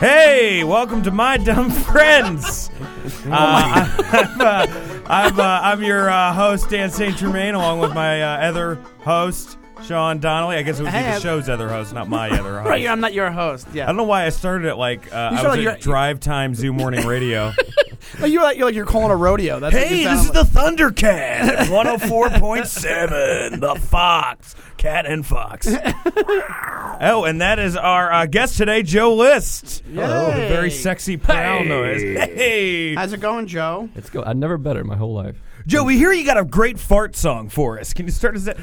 Hey, welcome to my dumb friends. Oh Uh, I'm, uh, I'm, uh, I'm your uh, host Dan St. Germain, along with my uh, other host Sean Donnelly. I guess it would be Hey, the I- show's other host, not my other host. Right, you're- I'm not your host. Yeah, I don't know why I started it like uh, I sound was like at you're- drive time Zoo morning radio. Like, you're like you're like you're calling a rodeo. That's what you sound like. Thundercat, one hundred four point seven, the Fox, Cat and Fox. oh, and that is our uh, guest today, Joe List. Hello. With a Oh, very sexy prowl noise. Hey, How's it going, Joe? It's go. I've never better my whole life. Joe, we hear you got a great fart song for us. Can you start us? That?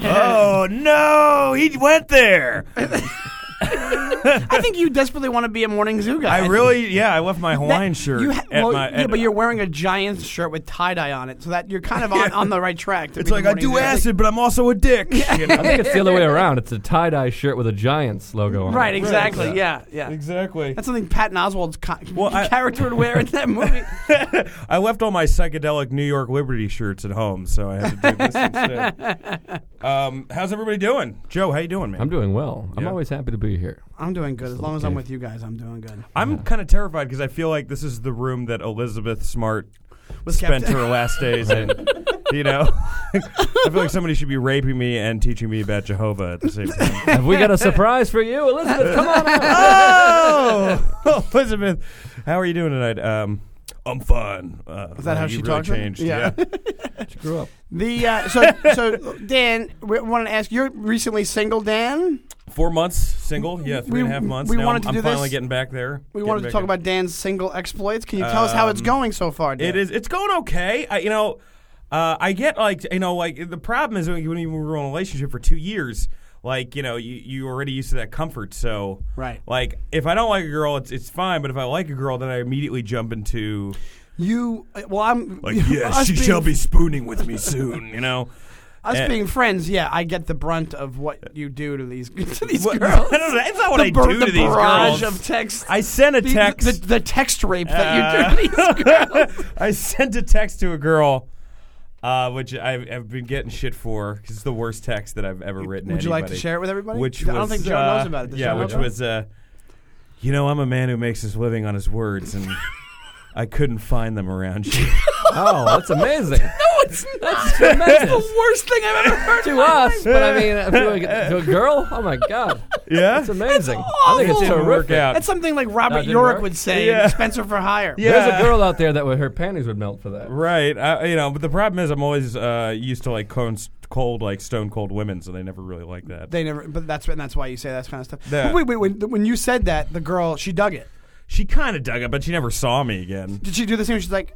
oh no, he went there. I think you desperately want to be a morning zoo guy. I really, yeah, I left my That- Hawaiian shirt You ha- at well, my. yeah, at- but you're wearing a Giants shirt with tie dye on it, so that you're kind of on, on the right track. To it's be like the I morning do zoo. acid, but I'm also a dick. you know? I think it's the other way around. It's a tie dye shirt with a Giants logo on Right, it. exactly. Yeah, yeah. Exactly. That's something Patton Oswald's co- Well, I- character would wear in that movie. I left all my psychedelic New York Liberty shirts at home, so I had to do this instead. Um, how's everybody doing? Joe, how you doing, man? I'm doing well. I'm Yeah. always happy to be here. I'm doing good. As long as I'm Okay. with you guys, I'm doing good. I'm kind of terrified because I feel like this is the room that Elizabeth Smart Was spent kept- her last days in. You know, I feel like somebody should be raping me and teaching me about Jehovah at the same time. Have we got a surprise for you, Elizabeth? Come on out. oh, Elizabeth, how are you doing tonight? Um, I'm fine. Uh, Is that how you she really talks? Changed, Yeah. yeah. She grew up. The uh, so so Dan, we want to ask. You're recently single, Dan. Four months single, yeah, three We- and a half months. we now wanted I'm, to I'm do this- finally getting back there. We Getting wanted to back talk in. about Dan's single exploits. Can you tell us how it's Um, going so far? Dan? It is. It's going okay. I, you know, uh, I get like you know like the problem is when you when you were in a relationship for two years, like you know you you already used to that comfort. So Right. Like if I don't like a girl, it's it's fine. But if I like a girl, then I immediately jump into You well, I'm like yeah, us she being, shall be spooning with me soon. You know. Us eh. being friends, yeah, I get the brunt of what you do to these to these What- girls. I don't know. That's not what the I bur- do the to these barrage girls. of text. I sent a the, text. The, the text rape that Uh, you do to these girls. I sent a text to a girl, uh, which I've, I've been getting shit for 'cause it's the worst text that I've ever written. Would you like to anybody. share it with everybody? Which I don't was, think Joe uh, knows about it. Does Yeah, Joe which know about was, uh, you know, I'm a man who makes his living on his words, and I couldn't find them around you. Oh, that's amazing it? no, it's not. That's the worst thing I've ever heard. to us. But I mean, if you get to a girl, oh my god, yeah, that's amazing. I think it's awful. didn't terrific. work out. That's something like Robert That didn't York work? would say. uh, Yeah. Spencer for hire. Yeah. There's a girl out there that would, her panties would melt for that. right. I, you know, but the problem is, I'm always uh, used to like cold, cold, like stone cold women, so they never really like that. They never, but that's and that's why you say that kind of stuff. Yeah. But Wait, wait, when, when you said that, the girl she dug it. she kind of dug it, but she never saw me again. Did she do the same? She's like,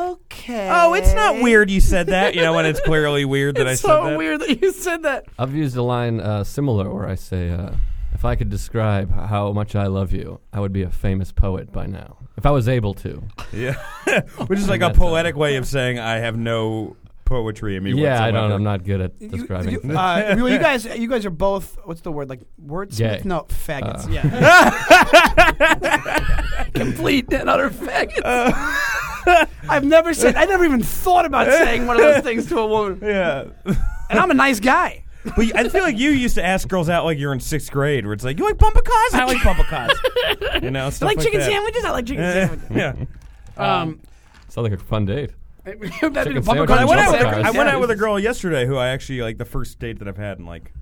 okay. Oh, it's not weird you said that. You know, when it's clearly weird that I It's said so that. weird that you said that. I've used a line uh, similar where I say, uh, "If I could describe how much I love you, I would be a famous poet by now. If I was able to." Yeah, which is like a That's, uh, poetic way of saying I have no poetry in me. yeah, I whatsoever. don't. I'm not good at You- describing. You, things. uh, well, you guys, you guys are both. What's the word? Like words? Gay. No, faggots. Uh. Yeah. complete and utter faggot. I've never said. I never even thought about saying one of those things to a woman. Yeah. And I'm a nice guy. But I feel like you used to ask girls out like you're in sixth grade, where it's like you like bumper cars, I like bumper cars. you know, I stuff like chicken that. sandwiches. I like chicken sandwiches. Yeah. yeah. Um, Sounds like a fun date. that'd be the bumper sandwiches. cars, I went, out with, a, bumper I cars, went out yeah. with a girl yesterday who I actually like the first date that I've had in like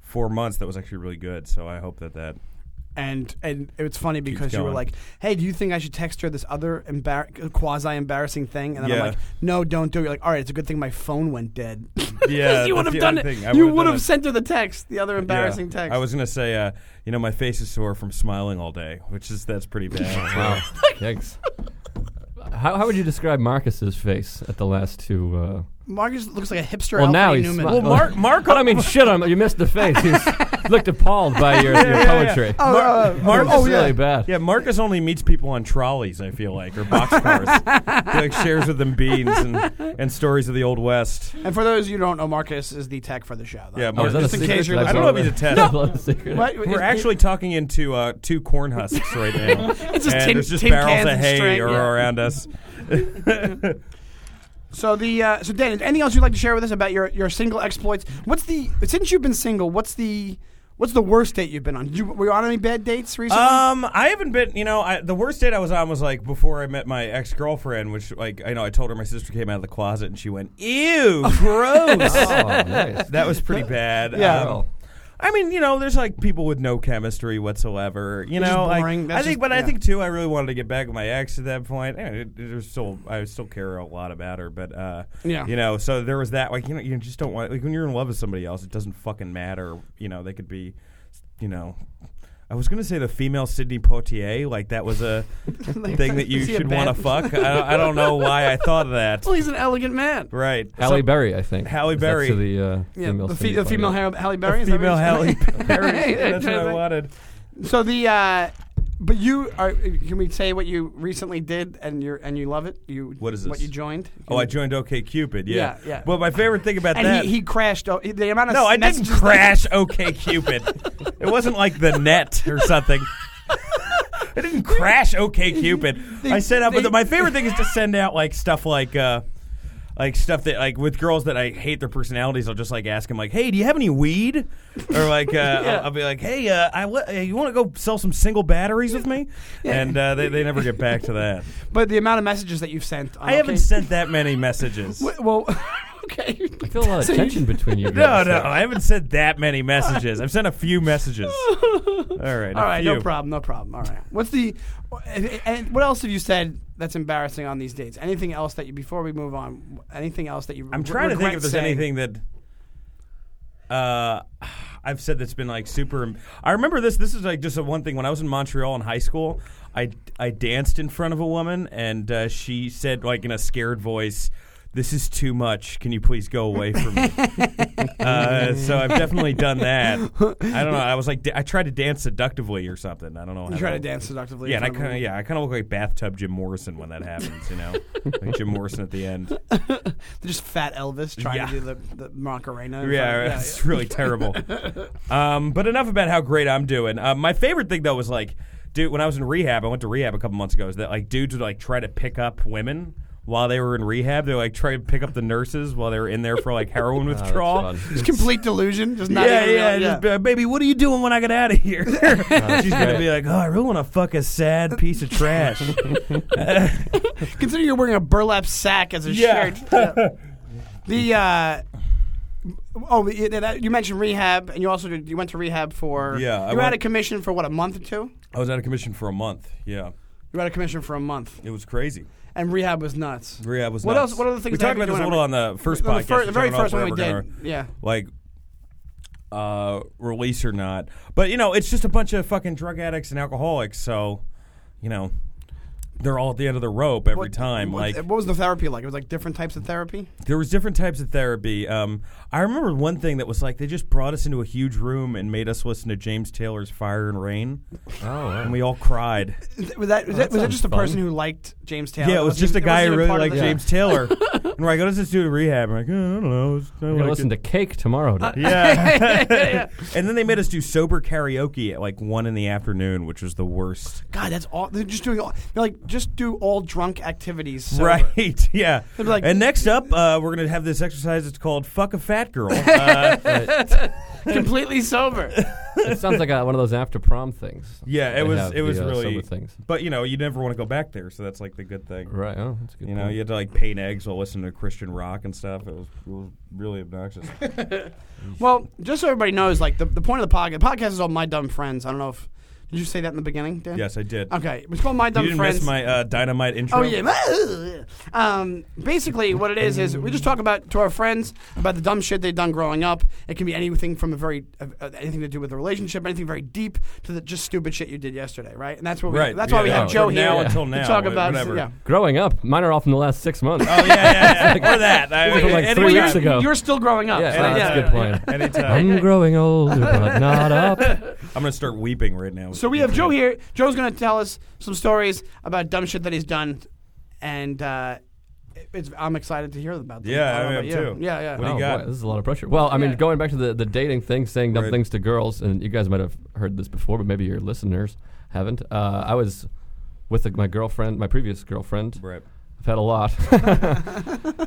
four months. That was actually really good. So I hope that that. and and it's funny because you were going. like, "Hey, do you think I should text her this other embar- quasi embarrassing thing?" And then Yeah. I'm like, "No, don't do it." You're like, "All right, it's a good thing my phone went dead." Yeah, you would that's have the done other it. thing. I You would've would done have it. sent her the text, the other embarrassing Yeah. text. I was gonna say, uh, you know, my face is sore from smiling all day, which is that's pretty bad. Wow. Yikes. How, how would you describe Marcus's face at the last two? Uh, Marcus looks like a hipster. well, now Alfred he's Newman. Well, smi- Mark- Marco- But I mean, shit on you missed the face. He's looked appalled by your, your poetry. Oh, Mar- uh, Mark- It's oh, yeah. really bad. Yeah, Marcus only meets people on trolleys, I feel like, or boxcars. he like shares with them beans and, and stories of the old west. And for those you who don't know, Marcus is the tech for the show. though. Yeah, Oh, Marcus. is that a Just in secret? case you're Did I don't blow know if the- he's a I test. blow the secret. What? We're It- actually talking into uh, two corn husks right now. it's just and tin, there's just tin barrels cans of and hay string, are yeah. around us. So the uh, so Dan, anything else you'd like to share with us about your your single exploits? What's the since you've been single? What's the What's the worst date you've been on? You, were you on any bad dates recently? Um, I haven't been. You know, I, the worst date I was on was like before I met my ex girlfriend, which like I know I told her my sister came out of the closet and she went, "Ew, gross." Oh, nice. that was pretty bad. Yeah. Um, I mean, you know, there's like people with no chemistry whatsoever. You know, just like, boring. That's I think, just- but I yeah. think too, I really wanted to get back with my ex at that point. And it, it was still, I still care a lot about her, but uh, Yeah. you know, so there was that. Like, you know, you just don't want like when you're in love with somebody else, it doesn't fucking matter. You know, they could be, you know. I was gonna say the female Sydney Poitier, like that was a thing that you Is he a should want to bad- fuck. I don't, I don't know why I thought of that. well, he's an elegant man. Right, Halle Berry, I think. Halle Is that Berry. to the uh, Yeah, female the, fe- Cindy the female Poitier. Halle, Halle Berry. is that female what you're Halle saying? Berry. Yeah, That's what I exactly. wanted. So the, uh, but you are. Can we say what you recently did and you and you love it? You What is What this? you joined? Oh, I joined OK Cupid. Yeah, Yeah, yeah. But my favorite thing about that. And he, he crashed. Oh, the amount of no, I didn't messages that- crash OK Cupid. it wasn't like the net or something. I didn't crash OK Cupid. I sent out, but they- my favorite thing is to send out like stuff like. Uh, like stuff that like with girls that I hate their personalities, I'll just like ask them like, "Hey, do you have any weed?" Or like, uh, I'll, I'll be like, "Hey, uh, I wa- uh, you want to go sell some single batteries with me?" And uh, they they never get back to that. But the amount of messages that you've sent. on I haven't okay- sent that many messages. Wait, Well, okay. I feel a lot of So you- tension between you No, guys. no, I haven't sent that many messages. I've sent a few messages. All right, All a right, few. no problem, no problem. All right. What's the and- and what else have you said that's embarrassing on these dates? Anything else that you before we move on? Anything else that you? I'm re- trying to think regret if there's saying? anything that uh, I've said that's been like super. I remember this. This is like just a one thing. When I was in Montreal in high school, I I danced in front of a woman, and uh, she said like in a scared voice. This is too much. Can you please go away from me? uh, so I've definitely done that. I don't know. I was like, da- I tried to dance seductively or something. I don't know. You how try to that- dance seductively. Yeah, in and I front kind a of yeah, I kind of look like bathtub Jim Morrison when that happens, you know, like Jim Morrison at the end. woman. just fat Elvis trying Yeah. to do the the Macarena. in front Yeah, of- it's really terrible. Um, but enough about how great I'm doing. Uh, my favorite thing though was like, dude, when I was in rehab, I went to rehab a couple months ago. Is that like dudes would like try to pick up women. While they were in rehab, they like try to pick up the nurses while they were in there for like heroin Ah, that's withdrawal. fun. Just complete delusion. Just not yeah, even yeah, real- Just, be like, baby, what are you doing when I get out of here? She's gonna great. be like, "Oh, I really want to fuck a sad piece of trash." Consider you're wearing a burlap sack as a Yeah. shirt. Yeah. The uh, oh, y- that- you mentioned rehab, and you also did, you went to rehab for Yeah, I You were out went- of commission for what a month or two. I was out of commission for a month. Yeah, You were out of commission for a month, it was crazy. and rehab was nuts. Rehab was What nuts. else- what other things we that talked about happened this a during little on the first the, podcast? fir- the which I very don't know first if one we're we ever did, gonna, yeah. like uh, release or not. But you know, it's just a bunch of fucking drug addicts and alcoholics. So you know, they're all at the end of the rope every time. what, like what was the therapy like? It was like different types of therapy. there was different types of therapy. Um, I remember one thing that was like they just brought us into a huge room and made us listen to James Taylor's Fire and Rain, Oh, wow. and we all cried. Was Oh, that was, that, was that sounds just a fun. person who liked James Taylor? yeah, it was Wasn't just a even- guy who wasn't really even part of liked the- James Taylor. and we're like, "What does this do to rehab?" I'm like, "Uh, "I don't know." I You're like gonna listen it." to Cake tomorrow. Dan. Yeah. and then they made us do sober karaoke at like one in the afternoon, which was the worst. God, that's all. They're just doing all. They're like just do all drunk activities. sober. Right? Yeah. They'd be like- and next up, uh, we're gonna have this exercise. It's called "Fuck a Fat Girl." Uh, completely sober. it sounds like uh one of those after prom things. yeah, They it was. have It was the, uh, really. sober things. But you know, you never want to go back there, so that's like the good thing. Right. Oh, that's a good. You know, point. you had to like paint eggs while listening to Christian rock and stuff. It was, it was really obnoxious. well, just so everybody knows, like the, the point of the podcast, the podcast is all my dumb friends. I don't know if did you say that in the beginning, Dan? yes, I did. Okay, it's called my you dumb didn't friends. miss my uh, dynamite intro. Oh yeah. Um, basically, what it is is we just talk about to our friends about the dumb shit they've done growing up. It can be anything from a very uh, uh, anything to do with the relationship, anything very deep to the just stupid shit you did yesterday, right? And that's what we, Right. that's yeah, why we yeah. have Joe From here Now Yeah. until to now, talk wh- about whatever. yeah. Growing up, mine are all from the last six months. Oh yeah, yeah, yeah. or that. I, From, like, any- three any- years ago. You're still growing up. Yeah, so no, that's a good point. Anytime. I'm growing older, but not up. I'm gonna start weeping right now. So we have Joe here. Joe's going to tell us some stories about dumb shit that he's done, and uh, it's, I'm excited to hear about them. Yeah, don't I know am about you. too. Yeah, yeah. What do you oh, got? Boy, this is a lot of pressure. Well, I mean, Yeah. going back to the, the dating thing, saying dumb Right. things to girls, and you guys might have heard this before, but maybe your listeners haven't. Uh, I was with a, my girlfriend, my previous girlfriend. Right. I've had a lot.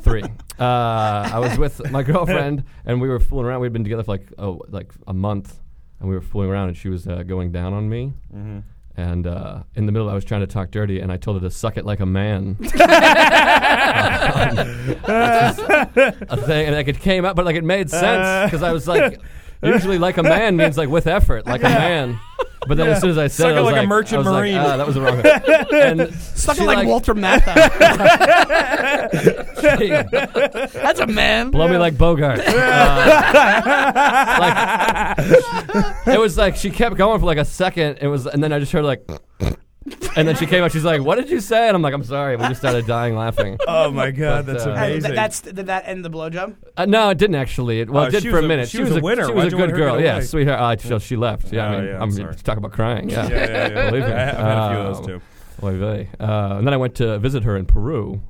Three. Uh, I was with my girlfriend, and we were fooling around. We'd been together for like oh, like a month. and we were fooling around, and she was uh, going down on me. And uh, in the middle, I was trying to talk dirty, and I told her to suck it like a man. Which is a thing, and like it came out, but like it made sense because I was like, usually like a man means like with effort, like a man. But then as soon as I said Suck it, it I was like a merchant I was like, marine. ah, that was the wrong. and Suck she, it like, Walter Matthau. That's a man. Blow me like Bogart. Uh, like, it was like she kept going for like a second. It was, and then I just heard like, and then she came out. She's like, "What did you say?" And I'm like, "I'm sorry." We just started dying laughing. Oh my god, But, that's uh, Uh, th- amazing. that's did that end the blowjob? Uh, no, it didn't actually. It, well, Oh, it did she for was a a- minute. she was a winner. She was Why'd a you good want her to girl. get Yeah, away? sweetalk. Oh, I, so she left. Yeah, I Oh, mean, yeah, I'm I'm, sorry. talk about crying. Yeah, yeah, yeah, yeah. Believe me. I, have had a few of Um, those too. Oy vey. Uh, and then I went to visit her in Peru.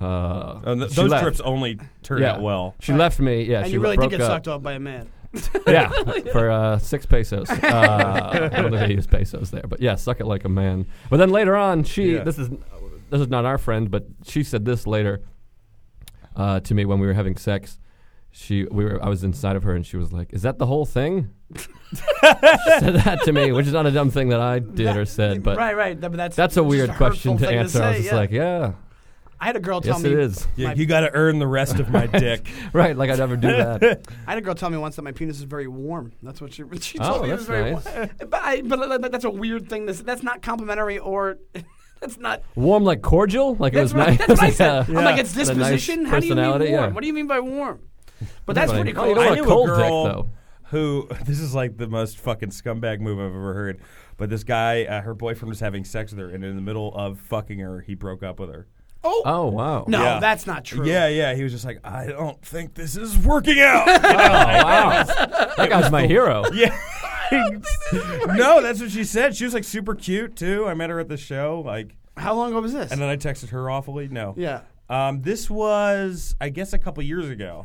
Uh, And th- she those left. trips only turn Yeah. out well. She left me. Yeah, and she you really did broke get up. sucked off by a man. yeah, for uh, six pesos. Uh, I don't know if they use pesos there, but yeah, suck it like a man. But then later on, she Yeah. this is this is not our friend, but she said this later uh, to me when we were having sex. She we were I was inside of her and she was like, "Is that the whole thing?" she said that to me, which is not a dumb thing that I did or said, but right, right. that- but that's that's a just weird hurtful question to thing answer. I was say, just yeah. like, "Yeah, I had a girl tell yes, me it is." Yeah, My- you got to earn the rest of my dick. Right, like I'd never do that. I had a girl tell me once that my penis is very warm. That's what she she told oh, me. it that's was very nice. warm. But, I, but, but that's a weird thing. This that's not complimentary or that's not. Warm like cordial, like it That's was what, I- that's what nice. I Like, uh, said. I'm like, Yeah. it's nice disposition. How do you mean warm? personality, yeah. What do you mean by warm? But that's Funny. pretty Oh, cool. you don't I want knew a knew a cold girl- dick though. Who this is like the most fucking scumbag move I've ever heard. But this guy, uh, her boyfriend was having sex with her, and in the middle of fucking her, he broke up with her. Oh, Oh wow. no, Yeah. that's not true. Yeah, yeah. He was just like, I don't think this is working out. You know? wow. that guy's my hero. yeah. no, that's what she said. She was like super cute too. I met her at the show, like, How long ago was this? and then I texted her awfully. No, yeah. Um, this was, I guess, a couple years ago.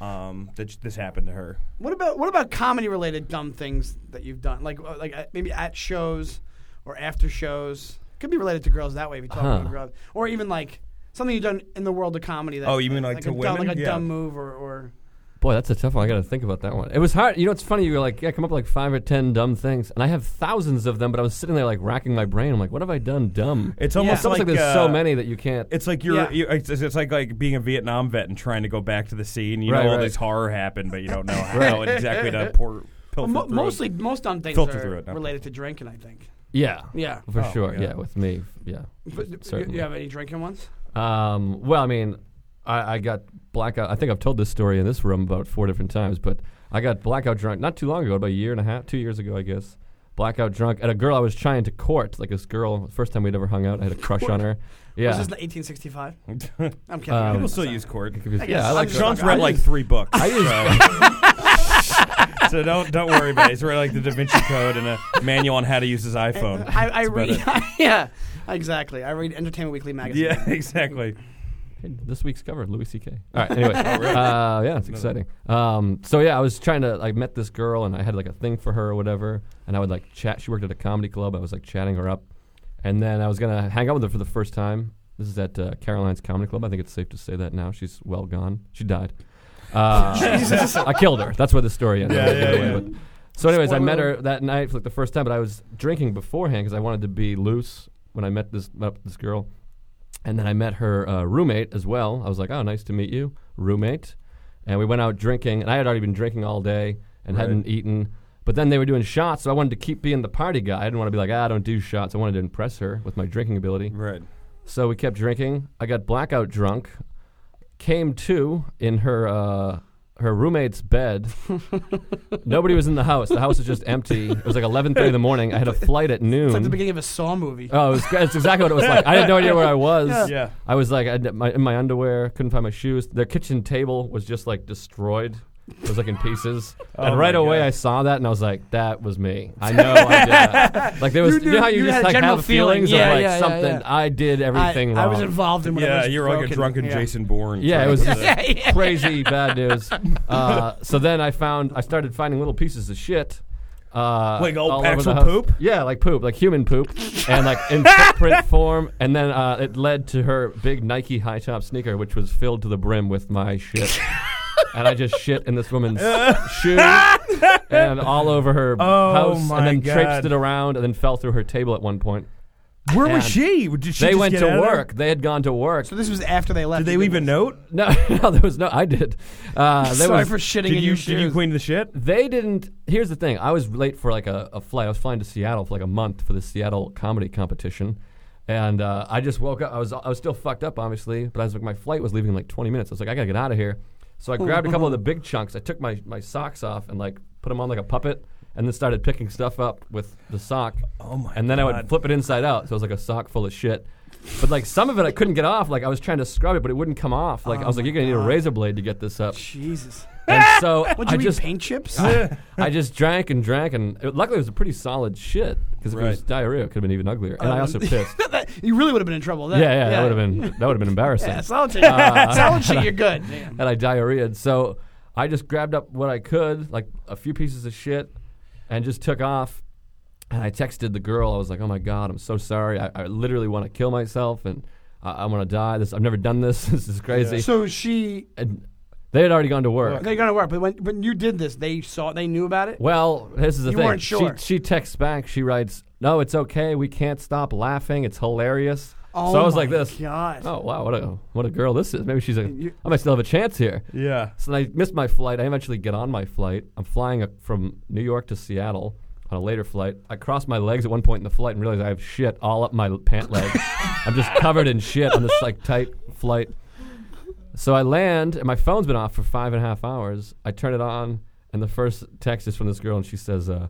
Um, that sh- this happened to her. What about what about comedy related dumb things that you've done? Like uh, like uh, maybe at shows or after shows. Could be related to girls that way if you talk Huh. about girls, or even like something you've done in the world of comedy. That, Oh, you mean, like, to a dumb, women? like a Yeah. dumb move or. or Boy, that's a tough one. I got to think about that one. It was hard. You know, it's funny. You're like, yeah, come up with like five or ten dumb things, and I have thousands of them. But I was sitting there like racking my brain. I'm like, what have I done dumb? It's Yeah. almost It's almost like, like, there's uh, so many that you can't. It's like you're, Yeah. you it's, it's like like being a Vietnam vet and trying to go back to the scene. You Right, know all right. this horror happened, but you don't know how exactly to pour. Pilfer Mo- through it. mostly, most dumb things Filter are through it, no. related to drinking. I think. yeah, Yeah. for Oh, sure. yeah. Yeah. with me, yeah. But you- certainly. you have any drinking ones? Um, well, I mean, I, I got blackout. I think I've told this story in this room about four different times, but I got blackout drunk not too long ago, about a year and a half, two years ago, I guess. Blackout drunk at a girl I was trying to court, like this girl. First time we'd ever hung out, I had a crush on her. Yeah, Was this the 1865? I'm kidding. Um, People still use cord. guess. yeah, I like I'm that. Sean's I read just- like three books. so. so don't don't worry about it. He's read like the Da Vinci Code and a manual on how to use his iPhone. Uh, I, I That's about read. it. yeah, exactly. I read Entertainment Weekly magazine. Yeah, exactly. Hey, this week's cover, Louis C.K. All right, anyway, uh, yeah, it's exciting. Um, so yeah, I was trying to. I met this girl, and I had like a thing for her or whatever, and I would like chat. She worked at a comedy club. I was like chatting her up, and then I was gonna hang out with her for the first time. This is at uh, Caroline's Comedy Club. I think it's safe to say that now. She's well gone. She died. Uh, I killed her. That's where the story ended. Yeah, I was yeah, giving yeah. away, but- so, anyways, I met Spoiler. her that night for like the first time, but I was drinking beforehand because I wanted to be loose when I met this met this girl, and then I met her uh, roommate as well. I was like, "Oh, nice to meet you, roommate," and we went out drinking, and I had already been drinking all day and Right. hadn't eaten. But then they were doing shots, so I wanted to keep being the party guy. I didn't want to be like, ah, I don't do shots. I wanted to impress her with my drinking ability. Right. So we kept drinking. I got blackout drunk. Came to in her uh, her roommate's bed. Nobody was in the house. The house was just empty. It was like 11:30 in the morning. I had a flight at noon. It's like the beginning of a Saw movie. oh, it was, that's exactly what it was like. I had no idea where I was. Uh, Yeah. I was like I had my, in my underwear, couldn't find my shoes. Their kitchen table was just like destroyed. It was like in pieces, Oh and right my away God. I saw that, and I was like, "That was me. I know I did that." Like there was, you, knew- know how you, you just had a like general have feeling. feelings Yeah, of like yeah, yeah, something yeah. I did everything I, I wrong. was involved in whatever. Yeah, you're like a drunken Jason Bourne. Yeah, it trying was to- just crazy bad news. Uh, so then I found I started finding little pieces of shit. Uh, Like old all over actual the house. poop? Yeah, like poop, like human poop, and like in footprint form. And then uh, it led to her big Nike high top sneaker, which was filled to the brim with my shit. and I just shit in this woman's shoe and all over her Oh house, my and then God. traipsed it around, and then fell through her table at one point. Where was And she? Did she they just went get to out of there? work. They had gone to work. So this was after they left. Did they You leave a didn't- note? No, no, there was no. I did. Uh, there Sorry was, for shitting Did in you your did you shoes. clean the shit? They didn't. Here's the thing. I was late for like a, a flight. I was flying to Seattle for like a month for the Seattle comedy competition, and uh, I just woke up. I was I was still fucked up, obviously, but I was like, my flight was leaving in like 20 minutes. I was like, I gotta get out of here. So I grabbed a couple of the big chunks. I took my my socks off and like put them on like a puppet, and then started picking stuff up with the sock. Oh my And then I God. would flip it inside out, so it was like a sock full of shit. But like some of it, I couldn't get off. Like I was trying to scrub it, but it wouldn't come off. Like I was like, you're gonna need a razor blade to get this up. Jesus. And so What I did you just eat? Paint chips? I just drank and drank, and it, luckily it was a pretty solid shit. Because if it was Right. diarrhea, it could have been even uglier. And I also pissed. yeah, you really would have been in trouble. Then. yeah, Um, that would have been Uh, that would have been embarrassing. Yeah, solid shit. solid shit. You're good. and I diarrheaed, so I just grabbed up what I could, like a few pieces of shit, and just took off. And I texted the girl. I was like, "Oh my god, I'm so sorry. I, I literally want to kill myself, and I, I want to die. This I've never done this. this is crazy." So she, And they had already gone to work. they're gonna work. But when when you did this, they saw, they knew about it. Well, this is the You thing. weren't sure. She, she texts back. She writes, "No, it's okay. We can't stop laughing. It's hilarious." Oh so I was my like, "This. God. Oh wow, what a what a girl this is. Maybe she's like, You- I might still have a chance here." Yeah. So then I missed my flight. I eventually get on my flight. I'm flying uh, from New York to Seattle on a later flight. I cross my legs at one point in the flight and realize I have shit all up my pant leg. I'm just covered in shit on this like tight flight. So I land, and my phone's been off for five and a half hours. I turn it on, and the first text is from this girl, and she says, uh,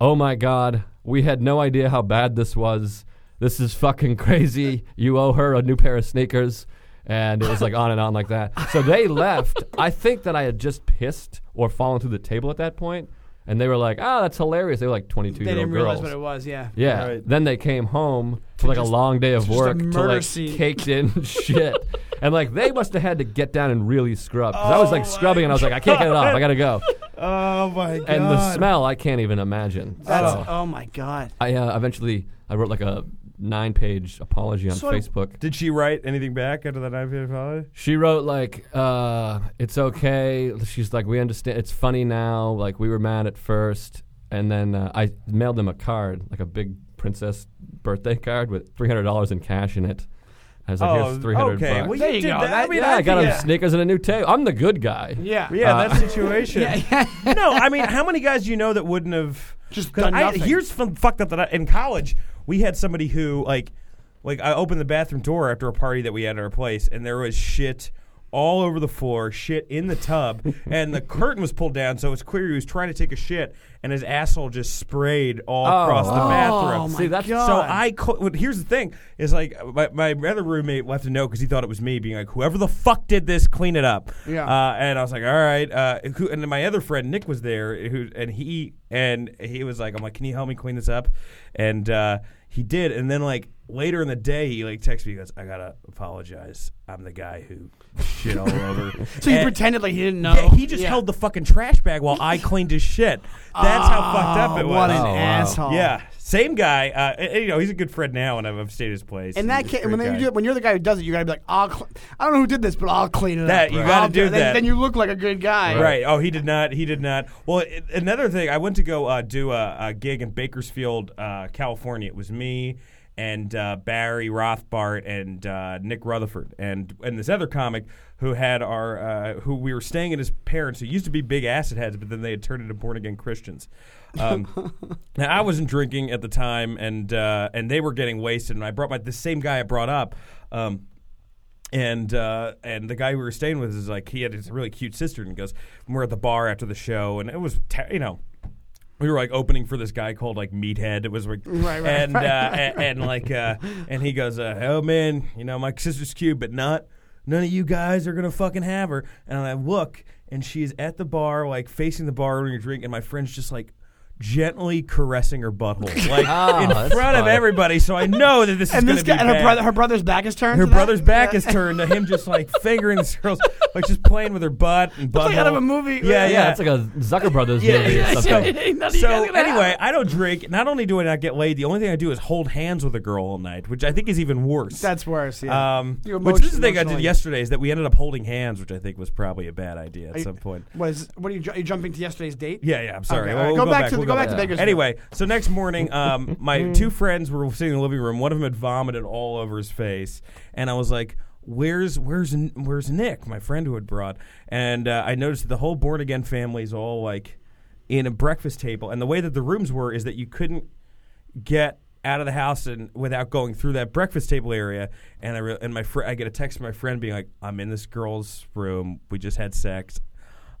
"Oh my God, we had no idea how bad this was. This is fucking crazy. You owe her a new pair of sneakers." And it was like on and on like that. So they left. I think that I had just pissed or fallen through the table at that point, and they were like, "Ah, that's hilarious." They were like They twenty-two year didn't old realize girls. what it was. Yeah. Yeah. Right. Then they came home to like just- a long day of just a work to murder like scene. caked in shit, and like they must have had to get down and really scrub. 'Cause I was Oh like scrubbing, and I was like, I can't get it off. I gotta go. Oh my god. And the smell, I can't even imagine. That's, So oh my God. I uh, eventually I wrote like a nine-page apology on So- Facebook. Did she write anything back after that nine page holiday? She wrote like, uh, "It's okay." She's like, "We understand. It's funny now. Like we were mad at first, and then uh, I mailed them a card, like a big princess birthday card with three hundred dollars in cash in it." I was like, Oh, "Here's three hundred okay. bucks." Well, you There you did go. That. I That- mean, yeah, I got him yeah. sneakers and a new tape. I'm the good guy. Yeah. Yeah, Uh, that situation. Yeah. no, I mean, how many guys do you know that wouldn't have Just 'cause done I, nothing. Here's some fucked up that I, in college we had somebody who like, like I opened the bathroom door after a party that we had at our place, and there was shit all over the floor, shit in the tub, and the curtain was pulled down, so it was clear he was trying to take a shit, and his asshole just sprayed all across the wow. bathroom. Oh my See, that's- God. So I co- well, here's the thing is like my, my other roommate left a note because he thought it was me being like whoever the fuck did this clean it up Yeah. uh, and I was like all right uh, who, and then my other friend Nick was there who and he and he was like I'm like can you help me clean this up and uh, he did and then like later in the day he like texted me he goes I gotta apologize I'm the guy who shit all over So you And- pretended like you didn't know. yeah, he just Yeah. held the fucking trash bag while I cleaned his shit. That's how fucked up it Oh, was. What an Oh, wow. asshole. Yeah, same guy. Uh, and- and, you know, he's a good friend now, and I've, I've stayed at his place. And that He's a can, when, great they, guy. do it, when you're the guy who does it, you gotta be like, I'll cl- I don't know who did this, but I'll clean it That- up. you Right. gotta I'll do it. Then- that. Then you look like a good guy. Right. Oh, he did not. He did not. Well, it, another thing, I went to go uh, do a, a gig in Bakersfield, uh, California. It was me and uh, Barry Rothbart and uh, Nick Rutherford and and this other comic who had our uh, who we were staying at his parents who used to be big acid heads, but then they had turned into born again Christians. Um, now I wasn't drinking at the time, and uh, and they were getting wasted. And I brought my the same guy I brought up. Um, and uh, and the guy we were staying with is like he had his really cute sister, and he goes, "We're at the bar after the show, and it was ter- you know." We were like opening for this guy called like Meathead. It was like, Right, right, and, uh, and and like, uh, and he goes, uh, "Oh man, you know my sister's cute, but not none of you guys are gonna fucking have her." And I look, and she's at the bar, like facing the bar, ordering a drink, and my friend's just like gently caressing her butthole, like Oh, in that's front of fun. everybody. So I know that like she's playing with her butt and Like out of butthole. a movie. Yeah, yeah, it's like a Zucker Brothers movie yeah, so- or something. So anyway, I don't drink. Not only do I not get laid, the only thing I do is hold hands with a girl all night, which I think is even worse. That's worse. Yeah. um, You're which this is the emotion- thing I did emotionally. yesterday is that we ended up holding hands, which I think was probably a bad idea at you- some point. was what are you, ju- are you jumping to yesterday's date? Yeah, yeah. I'm sorry. Okay, all We'll- right. we'll go, back to we'll the, Mm-hmm. go back back. to Yeah. Bakersfield. Anyway, so next morning, um, my two friends were sitting in the living room. One of them had vomited all over his face, and I was like, "Where's where's N- where's Nick, my friend who had brought?" And uh, I noticed that the whole born again family is all like in a breakfast table, and the way that the rooms were is that you couldn't get out of the house and without going through that breakfast table area and I re- and my fr- I get a text from my friend being like I'm in this girl's room we just had sex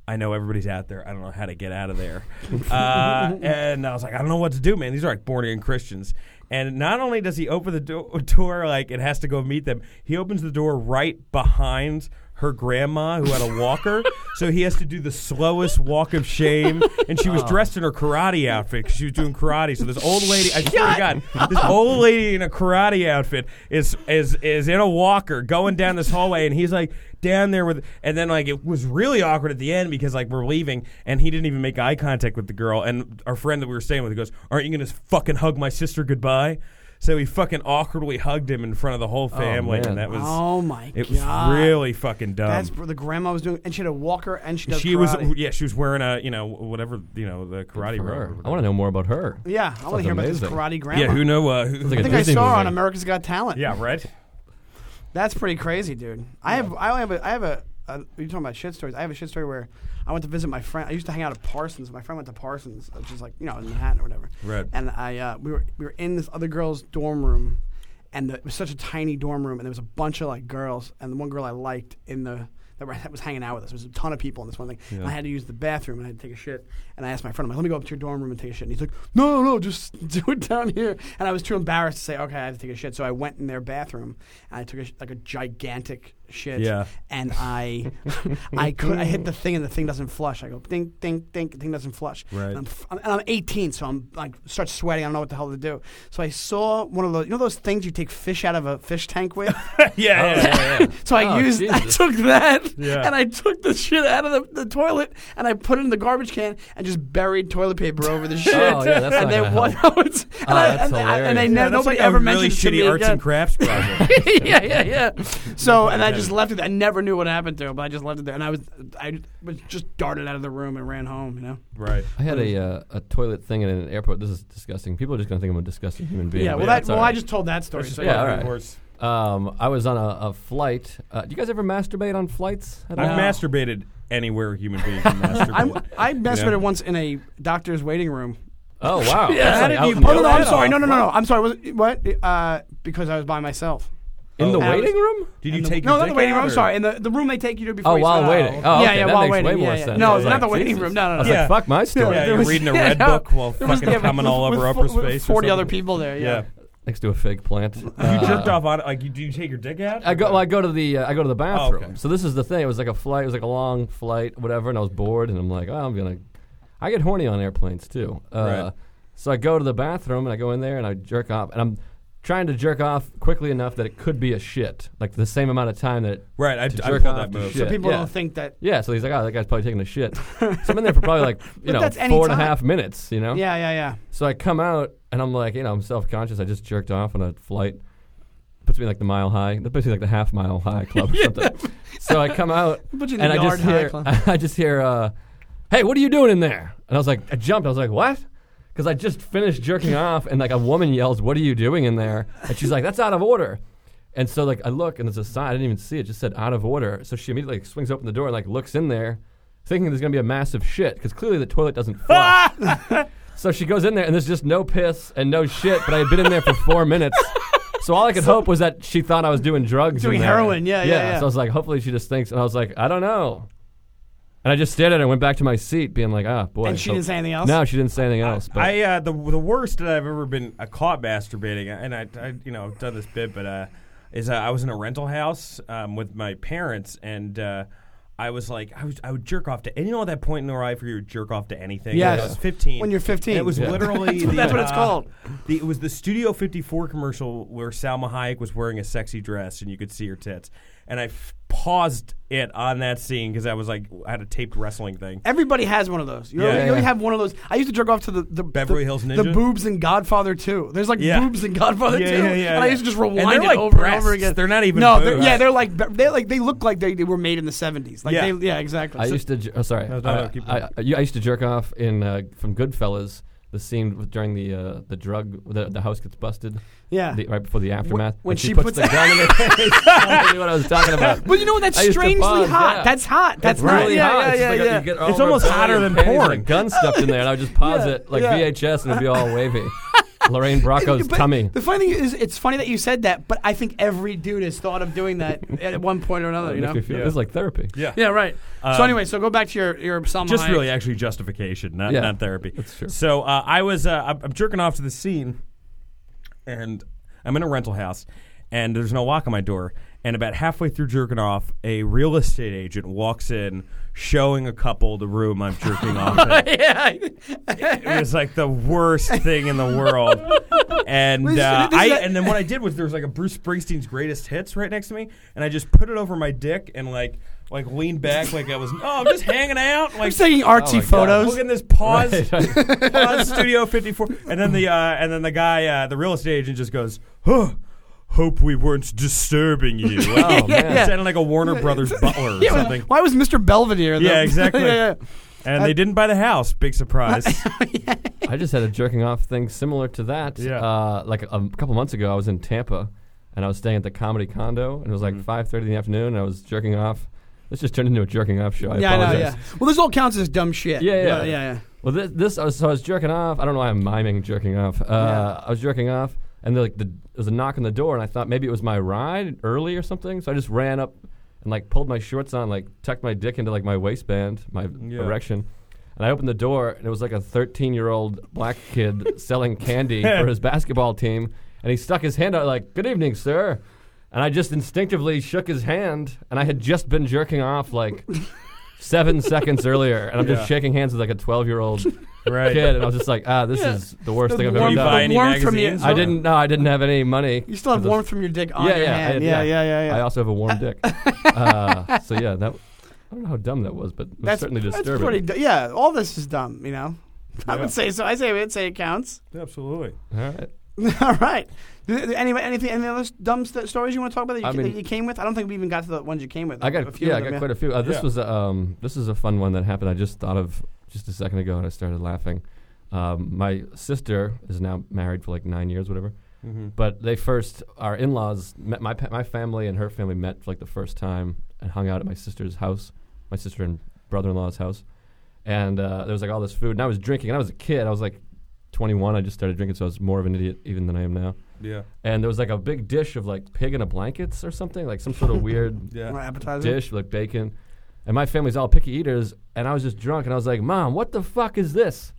I know everybody's out there I don't know how to get out of there uh, and I was like I don't know what to do man these are like born again Christians and not only does he open the do- door like it has to go meet them he opens the door right behind her grandma who had a walker so he has to do the slowest walk of shame and she was dressed in her karate outfit 'cause she was doing karate so this old lady i swear to god this old lady in a karate outfit is is is in a walker going down this hallway and he's like down there with and then like it was really awkward at the end because like we're leaving and he didn't even make eye contact with the girl and our friend that we were staying with goes aren't you gonna fucking hug my sister goodbye so he fucking awkwardly hugged him in front of the whole family man. and that was oh my it was god, really fucking dumb. That's what the grandma was doing, and she had a walker, and she does Um, she was karate. yeah, she was wearing a you know whatever you know the karate For her. robe. I want to know more about her. Yeah, I want to Sounds hear about this amazing. karate grandma. Yeah, who know? Uh, who, Sounds like I a think I Disney saw her movie. on America's Got Talent. yeah, right. That's pretty crazy, dude. I have I only have a I have a, a you're talking about shit stories. I have a shit story where I went to visit my friend. I used to hang out at Parsons. My friend went to Parsons, which is like you know in Manhattan or whatever. Right. And I uh, we were we were in this other girl's dorm room, and the, it was such a tiny dorm room, and there was a bunch of like girls, and the one girl I liked in the. That, were, that was hanging out with us. There was a ton of people in this one thing. And I had to use the bathroom and I had to take a shit. And I asked my friend, I'm like, let me go up to your dorm room and take a shit. And he's like, no, no, no, just do it down here. And I was too embarrassed to say, okay, I have to take a shit. So I went in their bathroom and I took a, sh- like a gigantic shit. Yeah. And I, I could, I hit the thing and the thing doesn't flush. I go, ding, ding, ding, the thing doesn't flush. Right. And I'm, f- and I'm 18, so I'm like, start sweating. I don't know what the hell to do. So I saw one of those, you know, those things you take fish out of a fish tank with. yeah, yeah, yeah, yeah. So I Oh, used, I Jesus. took that, Yeah. and I took the shit out of the, the toilet, and I put it in the garbage can, and just buried toilet paper over the shit. Oh, yeah, that's and not then gonna one, help. and, Oh, I, that's and, I- and hilarious. they Yeah, ne- that's nobody like ever a mentioned really it to me shitty arts again. and crafts project. yeah, yeah, yeah. So and I just left it. I never knew what happened to it, but I just left it there, and I was, I was just darted out of the room and ran home. You know. right. I had a uh, a toilet thing in an airport. This is disgusting. People are just gonna think I'm a disgusting human being. yeah. but Well, that, it's well, all I right. just told that story. So Yeah, all yeah. right. Um, I was on a, a flight. Uh, do you guys ever masturbate on flights? at all? I've masturbated anywhere a human being can I'm, masturbate. I masturbated Yeah. once in a doctor's waiting room. Oh Yeah, how wow! That's like did out you in put Oh the no, no, I'm open. sorry. No, no, no, no. I'm sorry. Was it, what? Uh, because I was by myself. In the Oh. waiting room? Did you In the- take no, your not dick the waiting out, room. or- I'm sorry. In the, the room they take you to before. Oh, you sit while down. waiting. Oh, yeah, okay, yeah, that while makes waiting. way more yeah, yeah. sense. I No, it's was not like, the waiting Jesus. room. No, I no, was no. Yeah. like, "Fuck my story." Yeah, there you're was- reading a yeah, red no. book while There was- fucking yeah, but coming all with- over with Upper fo- with Space. or Forty other something. people there. Yeah. Yeah. Next to a fake plant. You Uh, jerked off on like? you- Do you take your dick out? I go. Well, I go to the. Uh, I go to the bathroom. okay. So this is the thing. It was like a flight. It was like a long flight, whatever. And I was bored, and I'm like, oh, I'm gonna. I get horny on airplanes too. Uh, Right. So I go to the bathroom and I go in there and I jerk off, and I'm trying to jerk off quickly enough that it could be a shit, like the same amount of time that. Right, I, I To pulled jerk that off to move. shit. People Yeah. don't think that. Yeah, so he's like, oh, that guy's probably taking a shit. so I'm in there for probably like, you But know, that's any four and a time. half minutes, you know? Yeah, yeah, yeah. So I come out and I'm like, you know, I'm self conscious. I just jerked off on a flight. Puts me in, like the mile high. That puts me in, like the half mile high club or something. so I come out Put you in and the I yard just high hear, club. I just hear, uh, hey, what are you doing in there? And I was like, I jumped. I was like, what? Because I just finished jerking off and like a woman yells, what are you doing in there? And she's like, that's out of order. And so like I look and there's a sign. I didn't even see it. it just said out of order. So she immediately like, swings open the door and like looks in there, thinking there's gonna be a massive shit because clearly the toilet doesn't flush. So she goes in there, and there's just no piss and no shit. But I had been in there for four minutes, so all I could hope was that she thought I was doing drugs, Doing in there. heroin, yeah, yeah, yeah. So I was like, hopefully she just thinks. And I was like, I don't know. And I just stared at her and went back to my seat, being like, ah, boy. And she So- didn't say anything else? No, she didn't say anything else. But I uh, the the worst that I've ever been uh, caught masturbating, uh, and I, I you know I've done this bit, but uh, is uh, I was in a rental house um, with my parents, and uh, I was like I was I would jerk off to, and you know at that point in your life where you would jerk off to anything. When I Yes. was fifteen. When you're 15. And it was Yeah. literally the, that's what it's uh, called. The, it was the Studio 54 commercial where Salma Hayek was wearing a sexy dress, and you could see her tits, and I. F- paused it on that scene because I was like, I had a taped wrestling thing. Everybody has one of those. You, Yeah, know, yeah, you always yeah. have one of those. I used to jerk off to the, the Beverly the- Hills The Ninja? boobs in Godfather 2. There's like Yeah. boobs in Godfather Yeah, 2. yeah, yeah, and I yeah. used to just And they're rewind it like over and breasts. over again. They're not even No, they're, boobs. yeah, they're like they like they look like they, they were made in the 70s. Like Yeah. they, yeah exactly. I So- used to. Jer- oh, sorry. No, no, I- no, keep I, going. I- you- I used to jerk off in uh, from Goodfellas. The scene with- during the uh, the drug the, the house gets busted yeah. the, right before the aftermath. when and she puts- the gun in their face. That's what I was talking about. but you know what? That's I used to strangely bond, hot. yeah. That's hot. That's It's really not, hot. Yeah, It's, yeah, just like a- yeah, you yeah. get all It's almost over hotter your than panties and porn. A gun stuffed in there, and I would just pause Yeah, it like yeah. VHS, and it'd be all wavy. Lorraine Bracco's But tummy. The funny thing is, it's funny that you said that, but I think every dude has thought of doing that at one point or another. It You makes know? me feel- Yeah. This is like therapy. Yeah. Yeah, right. Um, so anyway, so go back to your your Salma Just Hayek. really actually justification, not, Yeah. not therapy. That's true. So uh, I was, uh, I'm, I'm jerking off to the scene, and I'm in a rental house, and there's no lock on my door. And about halfway through jerking off, a real estate agent walks in, showing a couple the room I'm jerking off in. yeah. It was like the worst thing in the world. And uh, this I is a- and then what I did was there was like a Bruce Springsteen's greatest hits right next to me, and I just put it over my dick and like like leaned back like I was oh I'm just hanging out I'm like taking artsy Oh my God. photos. look at this pause pause Studio 54, and then the uh, and then the guy uh, the real estate agent just goes huh. Hope we weren't disturbing you. Like, Oh, man. It sounded like a Warner Brothers butler or Yeah, well, something. Why was Mr. Belvedere? the- Yeah, exactly. yeah, And they didn't buy the house. Big surprise. I just had a jerking off thing similar to that. Yeah. Uh, like a, a couple months ago, I was in Tampa, and I was staying at the Comedy Condo, and it was like Mm-hmm. five thirty in the afternoon, and I was jerking off. This just turned into a jerking off show. I yeah, yeah, I know, apologize. yeah. Well, this all counts as dumb shit. Yeah, yeah. yeah, yeah. Well, this, this I was, so I was jerking off. I don't know why I'm miming jerking off. Uh, Yeah. I was jerking off, and then, like the, there was a knock on the door, and I thought maybe it was my ride early or something. So I just ran up and like pulled my shorts on, like tucked my dick into like my waistband, my Yeah. erection. And I opened the door, and it was like a 13 year old black kid selling candy for his basketball team. And he stuck his hand out, like, Good evening, sir. And I just instinctively shook his hand, and I had just been jerking off like seven seconds earlier. And I'm Yeah. just shaking hands with like a 12 year old Right. kid, and I was just like, ah, this Yeah. is the worst The thing I've Did ever warmth- you buy the any done. warmth from magazines? the- I didn't. No, I didn't have any money. You still have warmth from your dick on Yeah, your yeah, I hand. had- Yeah, yeah, yeah. yeah, yeah. I also have a warm dick. uh, so yeah, that. I don't know how dumb that was, but it was that's certainly disturbing. That's pretty. Du- yeah, all this is dumb. You know, I Yeah. would say so. I say I'd say it counts. Absolutely. All right. all right. Th- th- Anyway, anything, any other s- dumb st- stories you want to talk about that you, I ca- mean- that you came with? I don't think we even got to the ones you came with. I a got few yeah, of I them, got yeah. quite a few. Uh, this Yeah. was a, um, this is a fun one that happened. I just thought of just a second ago, and I started laughing. Um, my sister is now married for like nine years, whatever. Mm-hmm. But they first, our in-laws met my pa- my family and her family met for like the first time and hung out at my sister's house, my sister and brother-in-law's house, and uh, there was like all this food, and I was drinking, and I was a kid, I was like 21, I just started drinking, so I was more of an idiot even than I am now. Yeah. And there was like a big dish of like pig in a blankets or something, like some sort of weird Yeah. Right, appetizer. dish like bacon. And my family's all picky eaters, and I was just drunk, and I was like, "Mom, what the fuck is this?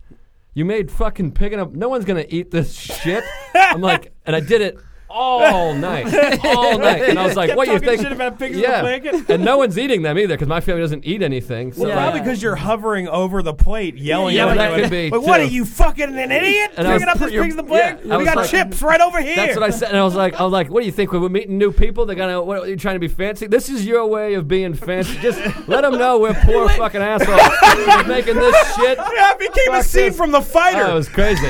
You made fucking picking up. No one's gonna eat this shit." I'm like, and I did it all night, all night, and I was like, Kept "What you talking think?" shit about pigs in the yeah, blanket? and no one's eating them either because my family doesn't eat anything. So Well, like, probably because you're hovering over the plate, yelling. Yeah, at but that everyone, could be, Like, what too. are you fucking an idiot? And I Picking was- up this you're- pig in the blanket. yeah, I we was got like- chips right over here. That's what I said, and I was like, "I was like, what do you think? We're meeting new people. They're gonna. What, are you trying to be fancy? This is your way of being fancy. Just let them know we're poor fucking assholes We're making this shit." Yeah, it became a Fuck scene this. from the fighter. Oh, it was crazy.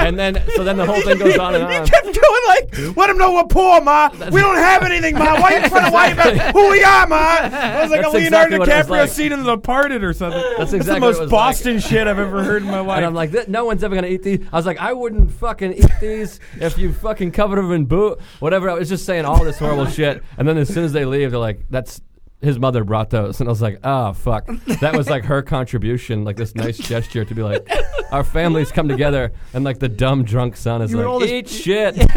and then, so then the whole thing goes on and you on. kept doing like, let them know we're poor, ma. We don't have anything, ma. Why are you trying to lie about who we are, ma? It was like That's a Leonardo exactly what it was DiCaprio like. scene in The Departed or something. That's the exactly what it most was like. Boston shit I've ever heard in my life. And I'm like, "Th- no one's ever gonna eat these. I was like, I wouldn't fucking eat these if you fucking covered them in boot, whatever. I was just saying all this horrible shit. And then as soon as they leave, they're like, that's his mother brought those. And I was like, oh fuck, that was like her contribution, like this nice gesture to be like, our families come together, and like the dumb drunk son is You were all like, this- eat shit.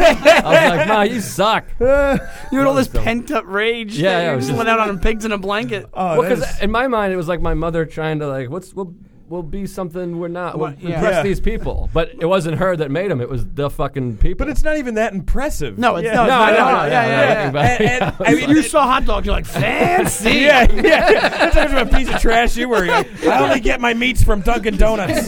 I was like, ma, you suck. Oh, You had all this dumb. pent up rage. Yeah, that yeah, you it was just let just- out on pigs in a blanket. oh, well, that because is- in my mind it was like my mother trying to like, what's well, will be something we're not. We'll What- yeah. impress Yeah. these people. But it wasn't her that made them. It was the fucking people. But it's not even that impressive. No, it's yeah. not. no, no, I know, no, I know, yeah, I know, yeah, nothing yeah. about- And- and- I I mean, mean, you saw hot dog, you're like fancy. Yeah, yeah. That's how much of a piece of trash you were. You're like, I only get my meats from Dunkin' Donuts.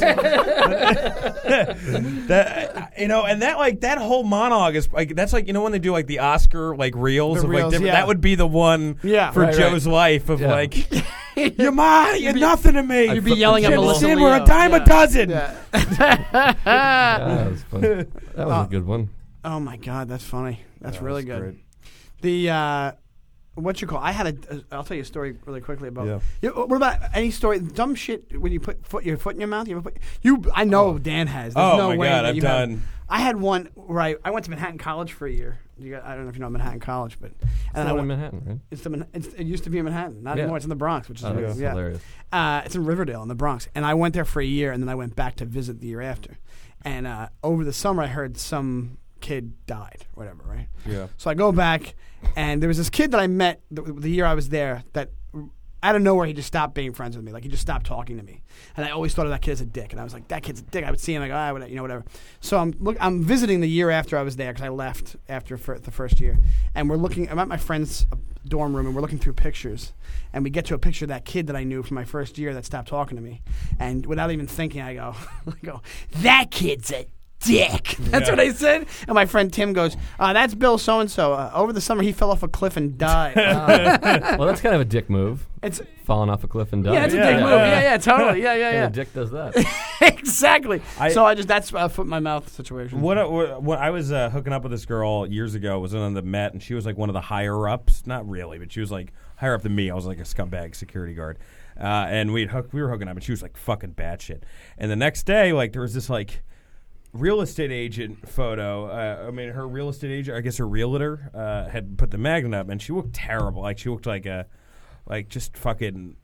that, you know, and that like that whole monologue is like that's like you know when they do like the Oscar like reels The of like reels, different. yeah. That would be the one Yeah. for Right, right. Joe's life of Yeah. like you're mine, you're nothing to me. You'd be yelling at Jim Melissa Sin, Leo. we're a dime Yeah. a dozen. Yeah. Yeah, that was fun. That was Uh, a good one. Oh my god, that's funny. That's really that's good. great. The uh, what you call? I had a. uh, I'll tell you a story really quickly about. Yeah. You- uh, what about any story? Dumb shit when you put foot, your foot in your mouth. You, ever put, you I know Dan has. There's Oh no my way God, that I've you have- done- I had one where I, I went to Manhattan College for a year. You got, I don't know if you know Manhattan College, but and That I one in went, Manhattan, right? it's the, Man- it's, it used to be in Manhattan. Not Yeah. anymore. It's in the Bronx, which is Oh, weird. that's yeah. hilarious. Uh, it's in Riverdale in the Bronx, and I went there for a year, and then I went back to visit the year after. And uh, over the summer, I heard some kid died, or whatever, right? Yeah. So I go back, and there was this kid that I met the, the year I was there that out of nowhere he just stopped being friends with me. Like he just stopped talking to me, and I always thought of that kid as a dick. And I was like, that kid's a dick. I would see him like, ah, whatever, you know, whatever. So I'm look, I'm visiting the year after I was there because I left after fir- the first year, and we're looking. I'm at my friend's uh, dorm room, and we're looking through pictures, and we get to a picture of that kid that I knew from my first year that stopped talking to me, and without even thinking, I go, I go, that kid's a dick. That's Yeah. what I said. And my friend Tim goes, uh, that's Bill so and so. Over the summer, he fell off a cliff and died. Uh, well, that's kind of a dick move. it's Falling off a cliff and dying. yeah, it's a Yeah. dick move. Yeah, yeah, totally. Yeah, yeah, Kind yeah. of dick does that. exactly. I- so I just that's a foot in my mouth situation. What, I- what, what I was uh, hooking up with this girl years ago was on the Met, and she was like one of the higher ups. Not really, but she was like higher up than me. I was like a scumbag security guard, uh, and we hook, we were hooking up, and she was like fucking batshit. And the next day, like there was this like real estate agent photo. Uh, I mean, her real estate agent, I guess her realtor, uh, had put the magnet up, and she looked terrible. Like she looked like a, like just fucking,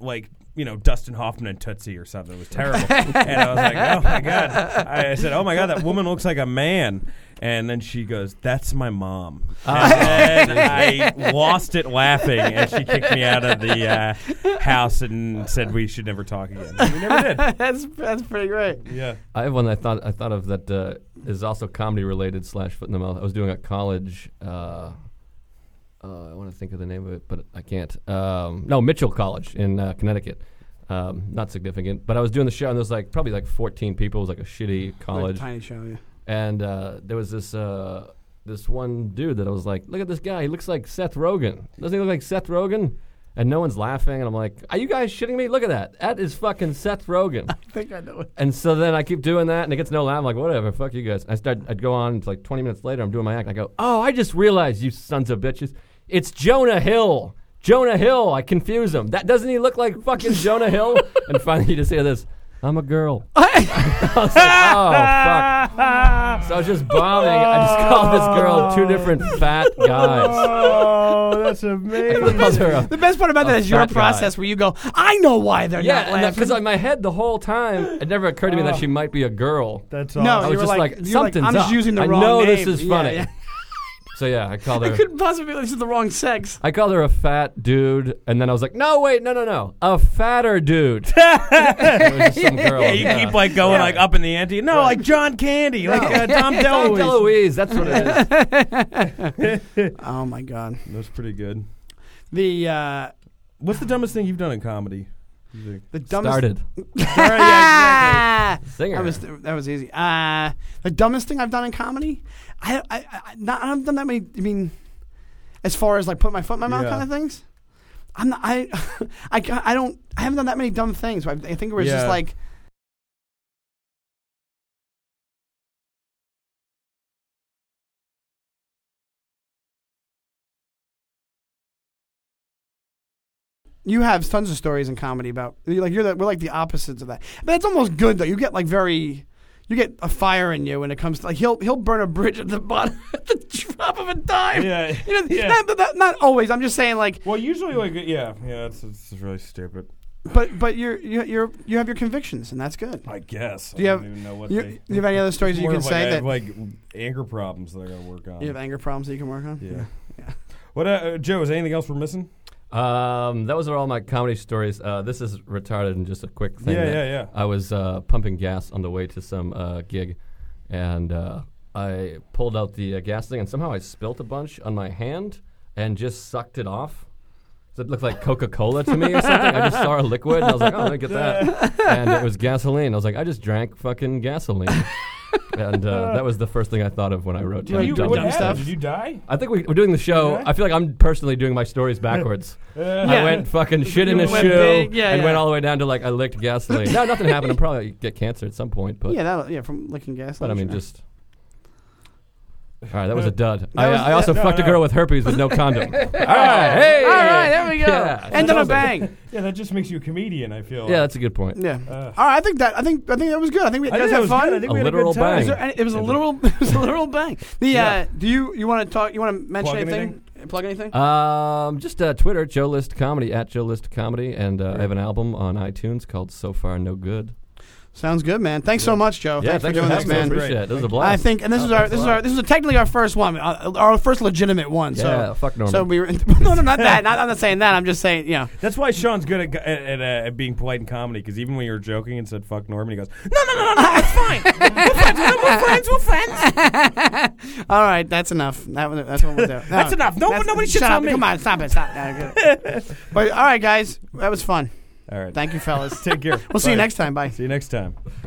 like you know Dustin Hoffman and Tootsie or something. It was terrible. and I was like, oh my god. I, I said, oh my god, that woman looks like a man. And then she goes, "That's my mom." Uh. and then I lost it laughing, and she kicked me out of the uh, house and said we should never talk again. We never did. that's that's pretty great. Yeah. I have one I thought I thought of that uh, is also comedy related slash foot in the mouth. I was doing at college. Uh, uh, I want to think of the name of it, but I can't. Um, no, Mitchell College in uh, Connecticut. Um, not significant, but I was doing the show and there was like probably like 14 people. It was like a shitty college, Tiny show. Yeah. and uh, there was this uh, this one dude that I was like, look at this guy. He looks like Seth Rogen. Doesn't he look like Seth Rogen? And no one's laughing, and I'm like, are you guys shitting me? Look at that. That is fucking Seth Rogen. I think I know. It. And so then I keep doing that, and it gets no laugh. I'm like, whatever, fuck you guys. I start. I'd go on. It's like 20 minutes later. I'm doing my act. I go, oh, I just realized, you sons of bitches, it's Jonah Hill. Jonah Hill. I confuse him. That doesn't he look like fucking Jonah Hill? and finally, you just hear this. I'm a girl. I was like, oh fuck! So I was just bombing. I just called this girl two different fat guys. Oh, that's amazing. Called her a- The best part about that is your fat Oh, guy. process where you go, I know why they're yeah, not and that- laughing. Oh. because in my head the whole time it never occurred to me that she might be a girl. That's No, I awesome. was you were just like- like, you were like, something's I'm just up. using the I wrong know this name." is Yeah, funny. yeah. So yeah, I called it her. couldn't possibly. be- This is the wrong sex. I called her a fat dude, and then I was like, no, wait, no, no, no, a fatter dude. It was just some girl. Yeah, you keep like going like up in the ante. No, like John Candy, like uh, Tom Tom DeLuise. DeLuise. That's what it is. Oh my god. That's pretty good. The uh, What's the dumbest thing you've done in comedy? You think? the dumbest. Started All right, yeah, Ah! singer. That was that was easy. Uh, the dumbest thing I've done in comedy. I I I, I- not, I haven't done that many. I mean, as far as like put my foot in my mouth Yeah. kind of things. I'm not, I, I ca- I don't I haven't done that many dumb things. I, I think it was Yeah. just like. You have tons of stories in comedy about you're like you're the, we're like the opposites of that. But it's almost good though. You get like very, you get a fire in you when it comes to like he'll he'll burn a bridge at the bottom at the drop of a dime. Yeah. you know, Yeah. Not, not, not always. I'm just saying like, Well, usually like yeah, yeah, it's, it's really stupid. but but you're you're you're you have your convictions and that's good. I guess. Do you I have don't even know what you, they. you have any other stories that you More of, can like, say I that have, like anger problems that I got to work on. you have anger problems that you can work on? yeah. What uh, uh, Joe? Is there anything else we're missing? Um, that was all my comedy stories. Uh, this is retarded and just a quick thing. Yeah, that yeah, yeah. I was uh, pumping gas on the way to some uh, gig, and uh, I pulled out the uh, gas thing, and somehow I spilt a bunch on my hand and just sucked it off. So it looked like Coca Cola to me or something. I just saw a liquid, and I was like, "Oh, let me get that," and it was gasoline. I was like, "I just drank fucking gasoline," and uh, that was the first thing I thought of when I wrote. Were down you, dumb what dumb happened? stuff. Did you die? I think we, we're doing the show. Yeah. I feel like I'm personally doing my stories backwards. I Uh, Yeah. went fucking shit in You a went shoe big, yeah, and yeah. went all the way down to like I licked gasoline. no, nothing happened. I'll probably get cancer at some point, but yeah, that'll, yeah, from licking gas. but I mean sure. just. All right, that was a dud. I, was- I also no, fucked a no. girl with herpes with no condom. all right, hey, All right, there we go. Yeah. End on a bang. Yeah, that just makes you a comedian. I feel. yeah, that's a good point. yeah. Uh, All right, I think that I think I think that was good. I think we I you think guys that have was fun. good. I think A we had a literal good time. Is there bang. any, it was a Andrew. literal it was a literal bang. The Yeah. uh, do you you want to talk? You want to mention Plug anything? Plug anything? Um, just uh, Twitter, Joe List Comedy at Joe List Comedy, and uh, I have an album on iTunes called So Far No Good. Sounds good, man. Thanks so much, Joe. yeah, thanks, for doing this, having me. I man. Appreciate it. This is a I blast. think, and this Oh, is our thanks this a is lot. our this is technically our first one, uh, our first legitimate one. yeah, So, fuck Norman. so we were, no, no, not that. Not, I'm not saying that. I'm just saying, you know, That's why Sean's good at at, at, uh, at being polite in comedy because even when you were joking and said "fuck Norman," he goes, "No, no, no, no, Ah, no it's fine. We're friends. We're friends. We're friends. all right, that's enough. That, was- that's what we'll do. No, That's enough. No, nobody shits shut on up. me. Come on, stop it, stop. No, good. but all right, guys, that was fun. All right, Thank you, fellas. take care. We'll see you Bye. next time. Bye. See you next time.